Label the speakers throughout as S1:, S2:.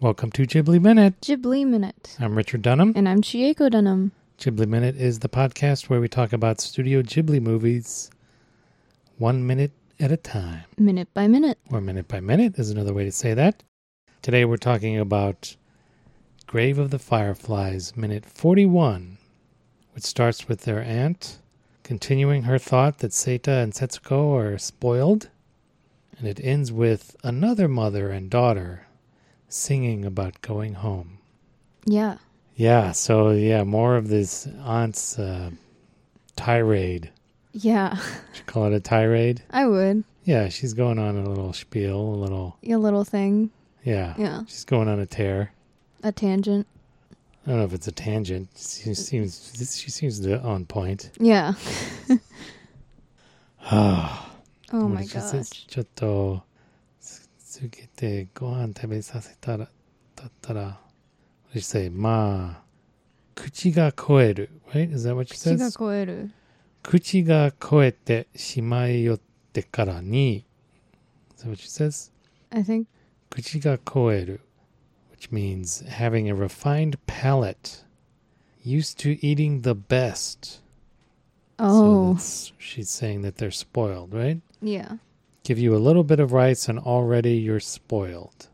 S1: Welcome to Ghibli Minute.
S2: Ghibli Minute.
S1: I'm Richard Dunham.
S2: And I'm Chieko Dunham.
S1: Ghibli Minute is the podcast where we talk about Studio Ghibli movies one minute at a time,
S2: Minute by minute.
S1: or minute by minute is another way to say that. Today we're talking about Grave of the Fireflies, minute 41, which starts with their aunt continuing her thought that Seta and Setsuko are spoiled, and it ends with another mother and daughter singing about going home.
S2: Yeah.
S1: Yeah, so yeah, more of this aunt's uh, tirade.
S2: Yeah.
S1: Should call it a tirade.
S2: I would.
S1: Yeah, she's going on a little spiel, a little
S2: Your little thing.
S1: yeah.
S2: Yeah.
S1: She's going on a tear.
S2: A tangent.
S1: I don't know if it's a tangent. She seems she seems to- on point.
S2: Yeah.
S1: oh
S2: Oh my gosh.
S1: ちょっと続けてご飯食べさせたらだったら What did she say? まあ口が肥える Right? Is that what she
S2: 口
S1: says?
S2: が超える。
S1: 口が肥えてしまいよってからに、so what she says?
S2: I think.
S1: 口が肥える which means having a refined palate, used to eating the best. So
S2: Oh.
S1: that's- she's saying that they're spoiled, right?
S2: yeah.
S1: Give you a little bit of rice and already you're spoiled.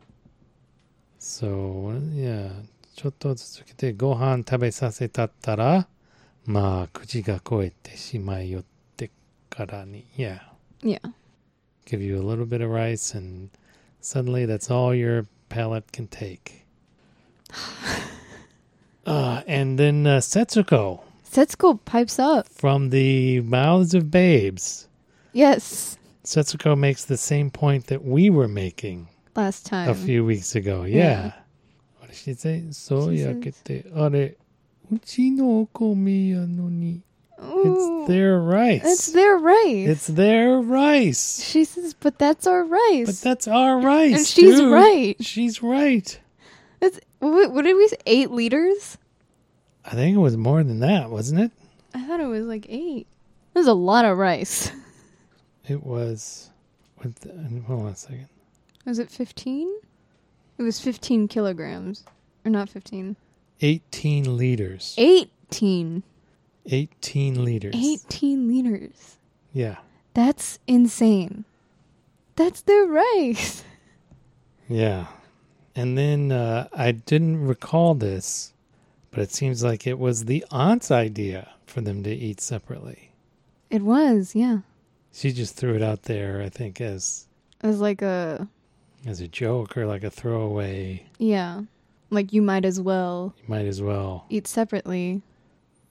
S1: So, yeah. ちょっと続けてご飯食べさせたったら、まあ、口が肥えてしまいよってからに。Yeah.
S2: Yeah.
S1: give you a little bit of rice, and suddenly that's all your palate can take. uh, and then uh, Setsuko
S2: Setsuko pipes up.
S1: from the mouths of babes.
S2: Yes.
S1: Setsuko makes the same point that we were making
S2: Last time.
S1: a few weeks ago. Yeah.
S2: Uh-huh. Yeah.
S1: What did she say? So
S2: She says-
S1: yakete are uchi no okomiya no ni.
S2: Ooh.
S1: It's their rice.
S2: It's their rice.
S1: It's their rice.
S2: she says, but that's our rice.
S1: But that's our rice.
S2: And she's
S1: dude.
S2: right.
S1: She's right.
S2: It's, what, what did we say? Eight liters?
S1: I think it was more than that, wasn't it?
S2: I thought it was like eight. There's a lot of rice.
S1: It was. With the, hold on a second.
S2: Was it 15? It was 15 kilograms. Or not 15.
S1: 18 liters.
S2: 18.
S1: 18 liters.
S2: 18 liters.
S1: Yeah.
S2: That's insane. That's their rice.
S1: Yeah. And then uh, I didn't recall this, but it seems like it was the aunt's idea for them to eat separately.
S2: It was, yeah.
S1: She just threw it out there, I think, as
S2: It was like a,
S1: as a joke or like a throwaway.
S2: yeah. Like you might as well
S1: You might as well.
S2: eat separately.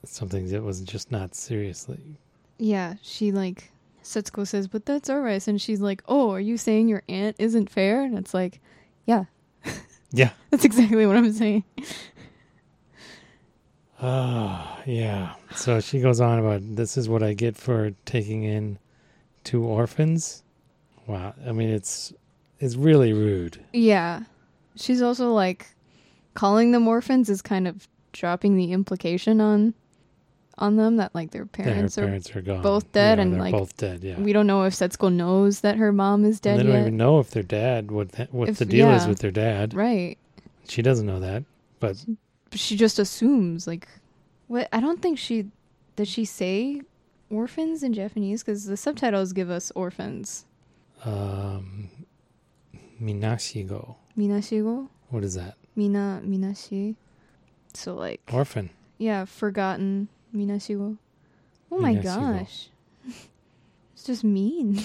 S1: Something that was just not seriously
S2: Yeah, she like, Setsuko says, but that's our rice. And she's like, oh, are you saying your aunt isn't fair? And it's like, yeah.
S1: Yeah.
S2: That's exactly what I'm saying.
S1: Ah, yeah. So she goes on about this is what I get for taking in two orphans. Wow. I mean, it's it's really rude.
S2: Yeah. She's also like calling them orphans is kind of dropping the implication on on them that like their
S1: that
S2: parents,
S1: her parents are gone.
S2: both dead
S1: Yeah,
S2: and,
S1: they're
S2: like,
S1: both dead. Yeah.
S2: are we don't know if Setsuko knows that her mom is
S1: And
S2: dead
S1: they don't
S2: yet.
S1: even know if they're dead. What the, what
S2: If-
S1: the deal is
S2: yeah.
S1: with their dad.
S2: Right.
S1: She doesn't know that. But
S2: But she just assumes like what I don't think she did she say orphans in Japanese cuz the subtitles give us orphans.
S1: um, Minashigo.
S2: Minashigo?
S1: What is that?
S2: Mina minashi. So like
S1: Orphan.
S2: Yeah, forgotten Minashigo. Oh my
S1: Minashigo.
S2: gosh. it's just mean.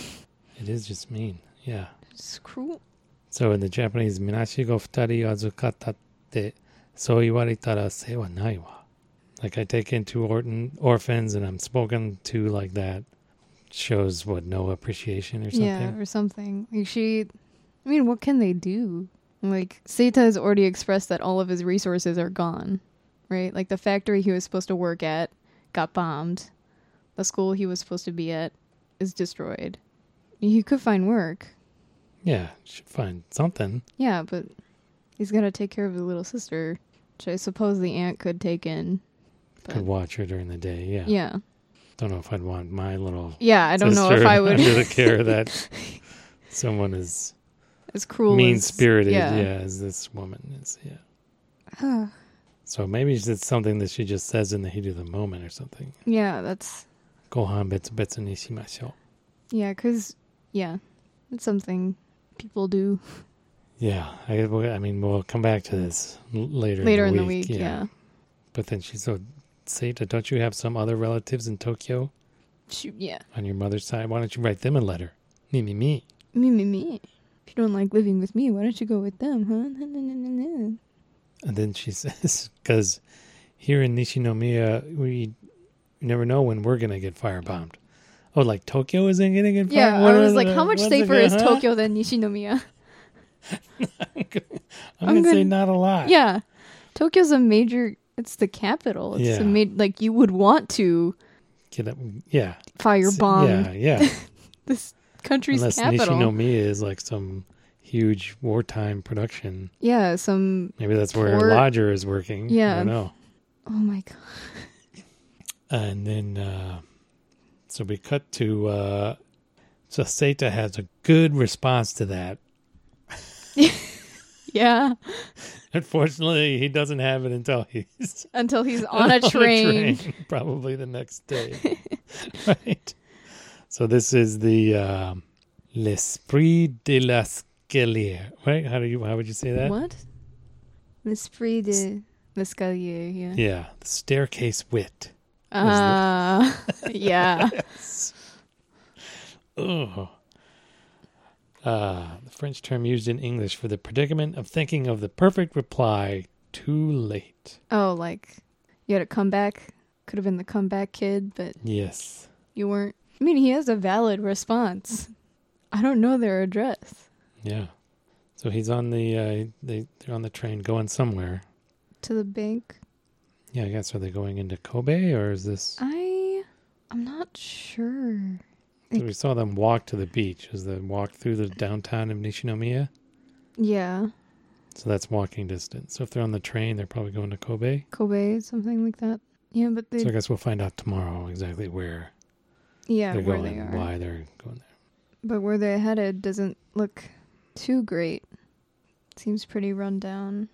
S1: It is just mean. Yeah.
S2: It's cruel.
S1: So in the Japanese, Minashigo futari azukata te so iwaritara se wa nai wa. Like I take in two orton, orphans and I'm spoken to like that shows what no appreciation or something.
S2: Yeah, or something. Like she I mean, what can they do? Like Seta has already expressed that all of his resources are gone. Right? Like the factory he was supposed to work at got bombed. The school he was supposed to be at is destroyed. He could find work.
S1: Yeah, should find something.
S2: Yeah, but he's got to take care of his little sister, which I suppose the aunt could take in.
S1: Could watch her during the day. Yeah.
S2: Yeah.
S1: Don't know if I'd want my little
S2: Yeah, I don't know if
S1: sister
S2: I would.
S1: under the care that someone is
S2: as cruel
S1: mean
S2: as-
S1: spirited, yeah.
S2: yeah.
S1: as this woman is. Yeah.
S2: Ugh.
S1: So maybe it's something that she just says in the heat of the moment or something.
S2: yeah, that's
S1: Gohan betsu betsu ni shimashou.
S2: yeah, cause yeah, it's something people do
S1: Yeah, I, I mean, we'll come back to this l- later.
S2: later
S1: in the
S2: week.
S1: week.
S2: yeah.
S1: But then she so Sata, don't you have some other relatives in Tokyo
S2: Shoot, yeah.
S1: on your mother's side? Why don't you write them a letter? Me me me.
S2: Me, me, me. If you don't like living with me, why don't you go with them, huh? Na, na, na, na, na.
S1: And then she says, because here in Nishinomiya, we never know when we're gonna get firebombed. Oh, like Tokyo isn't gonna get
S2: Yeah,
S1: firebombed.
S2: I was like, how much
S1: What's it
S2: safer
S1: gonna-
S2: is
S1: huh?
S2: Tokyo than Nishinomiya?
S1: I'm gonna,
S2: I'm
S1: say
S2: gonna-
S1: not a lot.
S2: yeah, Tokyo's a major. It's the capital. It's
S1: Yeah.
S2: a ma- like you would want to
S1: Get up- yeah.
S2: firebomb
S1: Yeah, yeah.
S2: this country's
S1: Unless
S2: capital.
S1: Nishinomiya is like some huge wartime production.
S2: yeah, some.
S1: Maybe that's where
S2: Port-
S1: Lodger is working. I
S2: Yeah.
S1: don't know.
S2: Oh my god.
S1: And then, uh, so we cut to, uh, so Seta has a good response to that.
S2: Yeah,
S1: Unfortunately, he doesn't have it until he's
S2: until he's on a train.
S1: train, probably the next day. right. So this is the um, l'esprit de la scalier, right? How do you? How would you say that?
S2: What? L'esprit de l'escalier. Yeah.
S1: Yeah, the staircase wit.
S2: Ah. yeah.
S1: Oh. Uh, the French term used in English for the predicament of thinking of the perfect reply too late.
S2: Oh, like you had a comeback. Could have been the comeback kid, but
S1: Yes.
S2: you weren't. I mean, he has a valid response. I don't know their address
S1: Yeah. So he's on the uh, they they're on the train going somewhere.
S2: to the bank.
S1: Yeah, I guess are they going into Kobe or is this?
S2: I, I'm not sure.
S1: so we saw them walk to the beach. Is the walk through the downtown of Nishinomiya?
S2: Yeah,
S1: So that's walking distance. So if they're on the train, they're probably going to Kobe.
S2: Kobe, something like that. Yeah, but they,
S1: So I guess we'll find out tomorrow exactly where
S2: yeah,
S1: they're
S2: where
S1: going,
S2: they are.
S1: why they're going there.
S2: But where they're headed doesn't look too great. Seems pretty run down.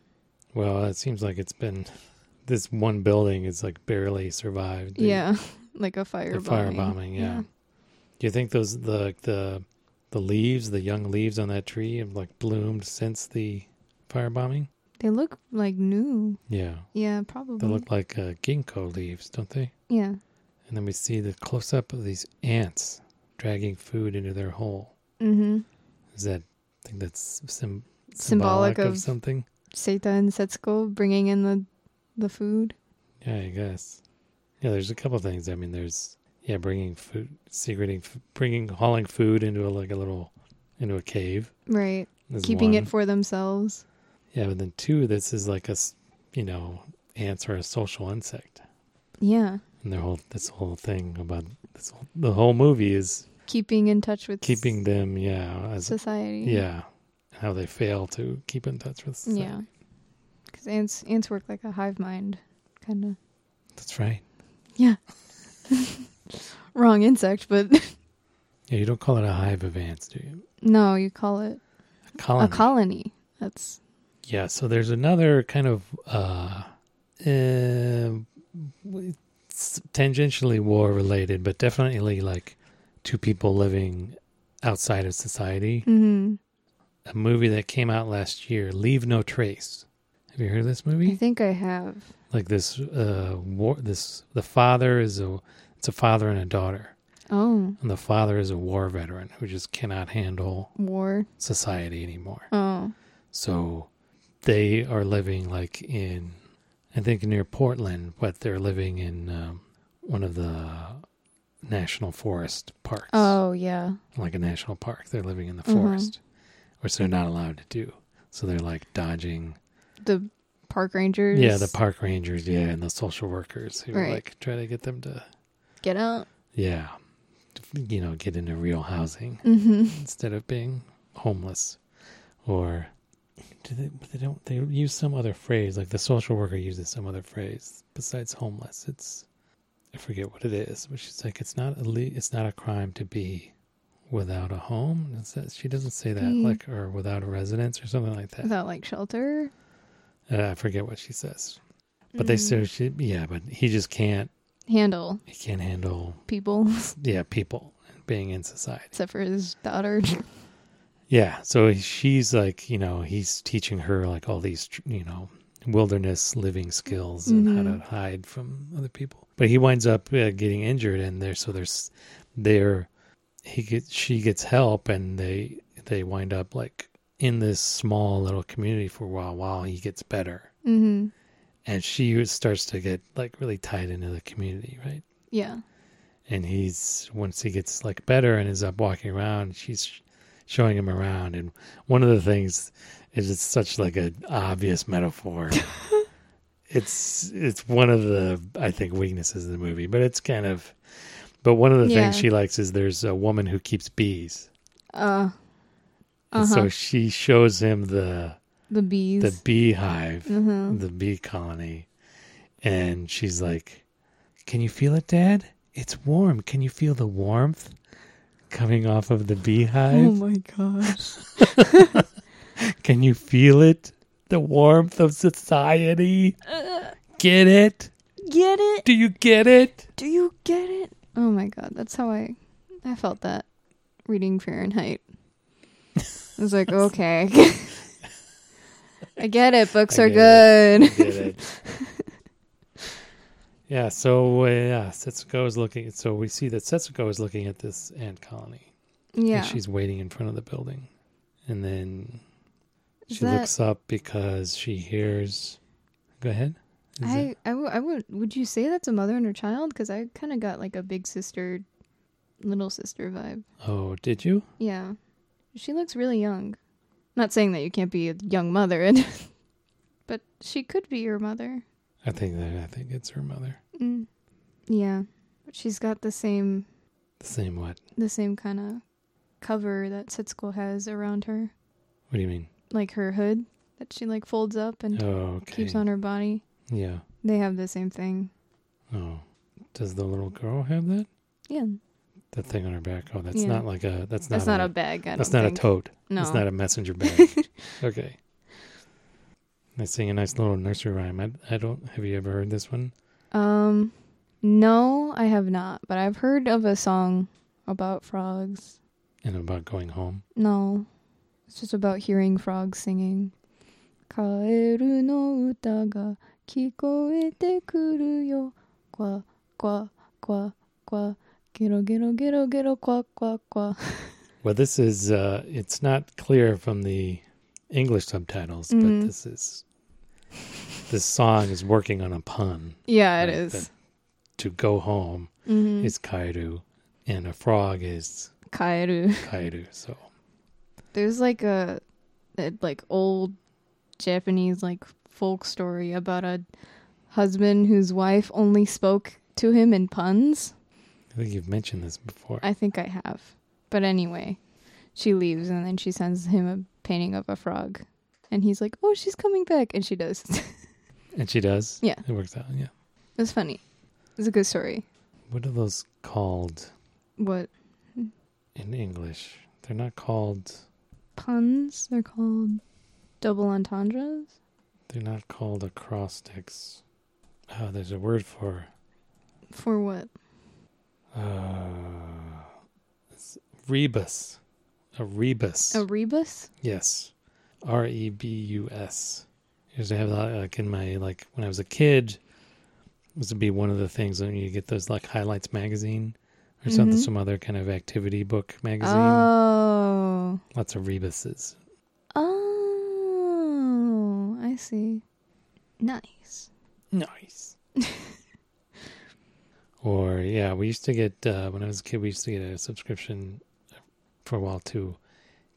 S1: Well, it seems like it's been this one building is like barely survived. the-
S2: yeah, like a fire.
S1: the firebombing. Yeah.
S2: yeah.
S1: Do you think those the the the leaves, the young leaves on that tree, have like bloomed since the firebombing?
S2: They look like new.
S1: Yeah,
S2: Yeah, probably.
S1: they look like uh, ginkgo leaves, don't they?
S2: yeah.
S1: And then we see the close up of these ants dragging food into their hole.
S2: Mm-hmm.
S1: Is that I think that's sim- symbolic,
S2: Symbolic
S1: of,
S2: of-
S1: something?
S2: Seta and Setsuko bringing in the the food.
S1: Yeah, I guess. Yeah, there's a couple things. I mean, there's yeah, bringing food, secreting, f- bringing hauling food into a, like a little into a cave.
S2: Right.
S1: is
S2: Keeping
S1: one.
S2: it for themselves.
S1: Yeah, but then two, this is like a, s- you know, ants are a social insect,
S2: Yeah.
S1: and their whole this whole thing about this whole, the whole movie is
S2: Keeping in touch with
S1: keeping them, yeah,
S2: s-
S1: as
S2: society.
S1: yeah, how they fail to keep in touch with. society.
S2: Yeah. Because ants ants work like a hive mind, kind of.
S1: that's right.
S2: Wrong insect, but
S1: Yeah, you don't call it a hive of ants, do you?
S2: no, you call it
S1: A colony.
S2: a colony. That's
S1: yeah. So there's another kind of uh, uh w- it's tangentially war related, but definitely like two people living outside of society.
S2: hmm
S1: a movie that came out last year, Leave No Trace. Have you heard of this
S2: I
S1: movie?
S2: think I have.
S1: Like this uh war this the father is a it's a father and a daughter.
S2: Oh,
S1: And the father is a war veteran who just cannot handle
S2: war.
S1: society anymore.
S2: Oh,
S1: So they are living like in I think near Portland, but they're living in um, one of the national forest parks.
S2: oh yeah.
S1: like a national park. They're living in the
S2: Mhm.
S1: forest, which they're not allowed to do. So they're like dodging
S2: The park rangers.
S1: Yeah, the park rangers, yeah, and the social workers who
S2: Right.
S1: like try to get them to,
S2: get out.
S1: yeah, to, you know, get into real housing
S2: Mm-hmm.
S1: instead of being homeless, or do they? but They don't. They use some other phrase, like the social worker uses some other phrase besides homeless. It's I forget what it is, but she's like, it's not a le- it's not a crime to be without a home. It says- she doesn't say that,
S2: Mm.
S1: like, or without a residence or something like that.
S2: without like shelter.
S1: Uh, I forget what she says. But they
S2: Mm.
S1: say she, yeah, but he just can't,
S2: handle
S1: he can't handle,
S2: people
S1: yeah, people and being in society.
S2: except for his daughter.
S1: Yeah. So she's like, you know, he's teaching her like all these, tr- you know, wilderness living skills and how
S2: Mhm.
S1: to hide from other people. But he winds up uh, getting injured, and there, so there's, there, he gets, she gets help, and they, they wind up like in this small little community for a while while he gets better,
S2: hmm
S1: and she starts to get like really tied into the community, right?
S2: Yeah.
S1: and he's once he gets like better and is up walking around she's sh- showing him around and one of the things is it's such like an obvious metaphor it's it's one of the i think weaknesses of the movie but it's kind of but one of the things
S2: Yeah.
S1: she likes is there's a woman who keeps bees
S2: Uh.
S1: and
S2: Uh
S1: so she shows him the
S2: The
S1: the
S2: bees.
S1: beehive
S2: Mhm.
S1: the bee colony and she's like can you feel it dad it's warm can you feel the warmth coming off of the
S2: Oh
S1: beehive
S2: my gosh.
S1: can you feel it the warmth of society
S2: Uh,
S1: get it
S2: get it?
S1: do you get it
S2: Do you get it? Oh my god, that's how I I felt that reading Fahrenheit. I was like, okay. I get it. Books
S1: I
S2: are
S1: get
S2: good.
S1: get it yeah so uh, yeah setsuko is looking so we see that setsuko is looking at this ant colony
S2: Yeah.
S1: and she's waiting in front of the building and then
S2: Is
S1: she
S2: that-
S1: looks up because she hears go ahead Is it-
S2: I, I, w- I would would you say that's a mother and her child because i kind of got like a big sister little sister vibe
S1: Oh, did you?
S2: yeah she looks really young not saying that you can't be a young mother and but she could be your mother
S1: I think that I think it's her mother.
S2: mm. yeah but she's got the same
S1: The same what?
S2: the same kind of cover that setsuko has around her
S1: What do you mean?
S2: like her hood that she like folds up and
S1: Oh, okay.
S2: Mm-hmm. keeps on her body
S1: Yeah.
S2: they have the same thing
S1: Oh, does the little girl have that?
S2: yeah
S1: That thing on her back. Oh, that's
S2: Yeah.
S1: not like a. That's not.
S2: that's not,
S1: a.
S2: a bag I
S1: that's
S2: don't
S1: not
S2: think.
S1: a tote.
S2: no
S1: That's not a messenger bag. okay. They sing a nice little nursery rhyme. I, I don't. Have you ever heard this one?
S2: Um, no, I have not, but I've heard of a song about frogs.
S1: And about going home.
S2: No, it's just about hearing frogs singing. カエルの歌が聞こえてくるよ。わわわわ。ゲロゲロゲロゲロわわわ。
S1: Well, this is. uh It's not clear from the English subtitles,
S2: Mhm.
S1: but this is. This song is working on a pun.
S2: Yeah, it
S1: Right,
S2: is.
S1: To go home
S2: Mm-hmm.
S1: is kairu and a frog is
S2: カエル.
S1: kairu so
S2: There's like a, a like old Japanese like folk story about a husband whose wife only spoke to him in puns.
S1: i think you've mentioned this before
S2: I think I have. But anyway, she leaves and then she sends him a painting of a frog. And he's like, "Oh, she's coming back." And she does.
S1: and she does
S2: Yeah.
S1: it works out yeah
S2: it's funny. It's a good story.
S1: what are those called
S2: What
S1: in english they're not called
S2: puns? They're called double entendres.
S1: they're not called acrostics oh there's a word for
S2: For what?
S1: uh it's rebus a rebus
S2: A rebus?
S1: yes E r-e-b-u-s I used to have that like in my like when i was a kid this would be one of the things when you get those like highlights magazine or something
S2: Mhm.
S1: some other kind of activity book magazine
S2: Oh.
S1: lots of rebuses
S2: Oh, I see. Nice.
S1: nice or yeah we used to get uh, when i was a kid we used to get a subscription for a while to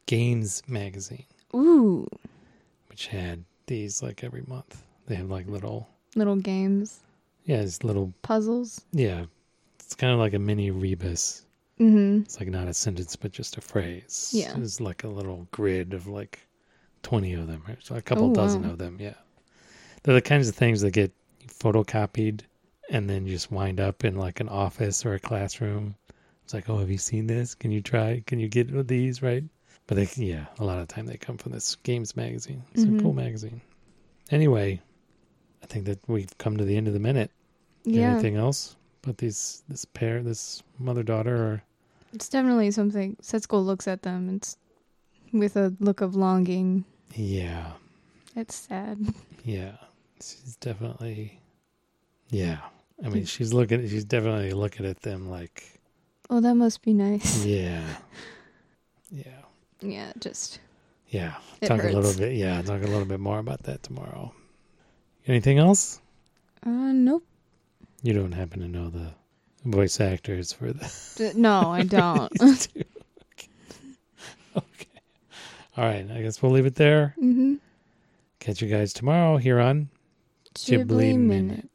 S1: games magazine
S2: Ooh,
S1: which had these like every month they have like little
S2: little games,
S1: yeah it's little
S2: puzzles.
S1: Yeah. It's kind of like a mini rebus.
S2: Mhm.
S1: It's like not a sentence, but just a phrase.
S2: Yeah.
S1: It's like a little grid of like 20 of them, or so a couple
S2: Oh,
S1: dozen
S2: wow.
S1: of them. Yeah. They're the kinds of things that get photocopied and then you just wind up in like an office or a classroom It's like, oh, have you seen this? Can you try? Can you get these right? But they, yeah, a lot of time they come from this games magazine. It's
S2: Mhm.
S1: a cool magazine. Anyway, I think that we've come to the end of the minute.
S2: Yeah,
S1: Anything else? But these, this pair, this mother daughter, are
S2: it's definitely something. Setsuko looks at them. It's with a look of longing.
S1: yeah,
S2: It's sad.
S1: yeah. She's definitely, yeah. I mean, she's looking. She's definitely looking at them like,
S2: Oh, that must be nice.
S1: yeah, yeah.
S2: Yeah, just
S1: Yeah,
S2: It
S1: talk a little
S2: hurts.
S1: bit. Yeah, talk a little bit more about that tomorrow. Anything else?
S2: uh, nope.
S1: You don't happen to know the voice actors for the.
S2: D- Uh, No, I don't.
S1: okay. okay. All right. I guess we'll leave it there.
S2: mm-hmm.
S1: Catch you guys tomorrow here on Ghibli Minute.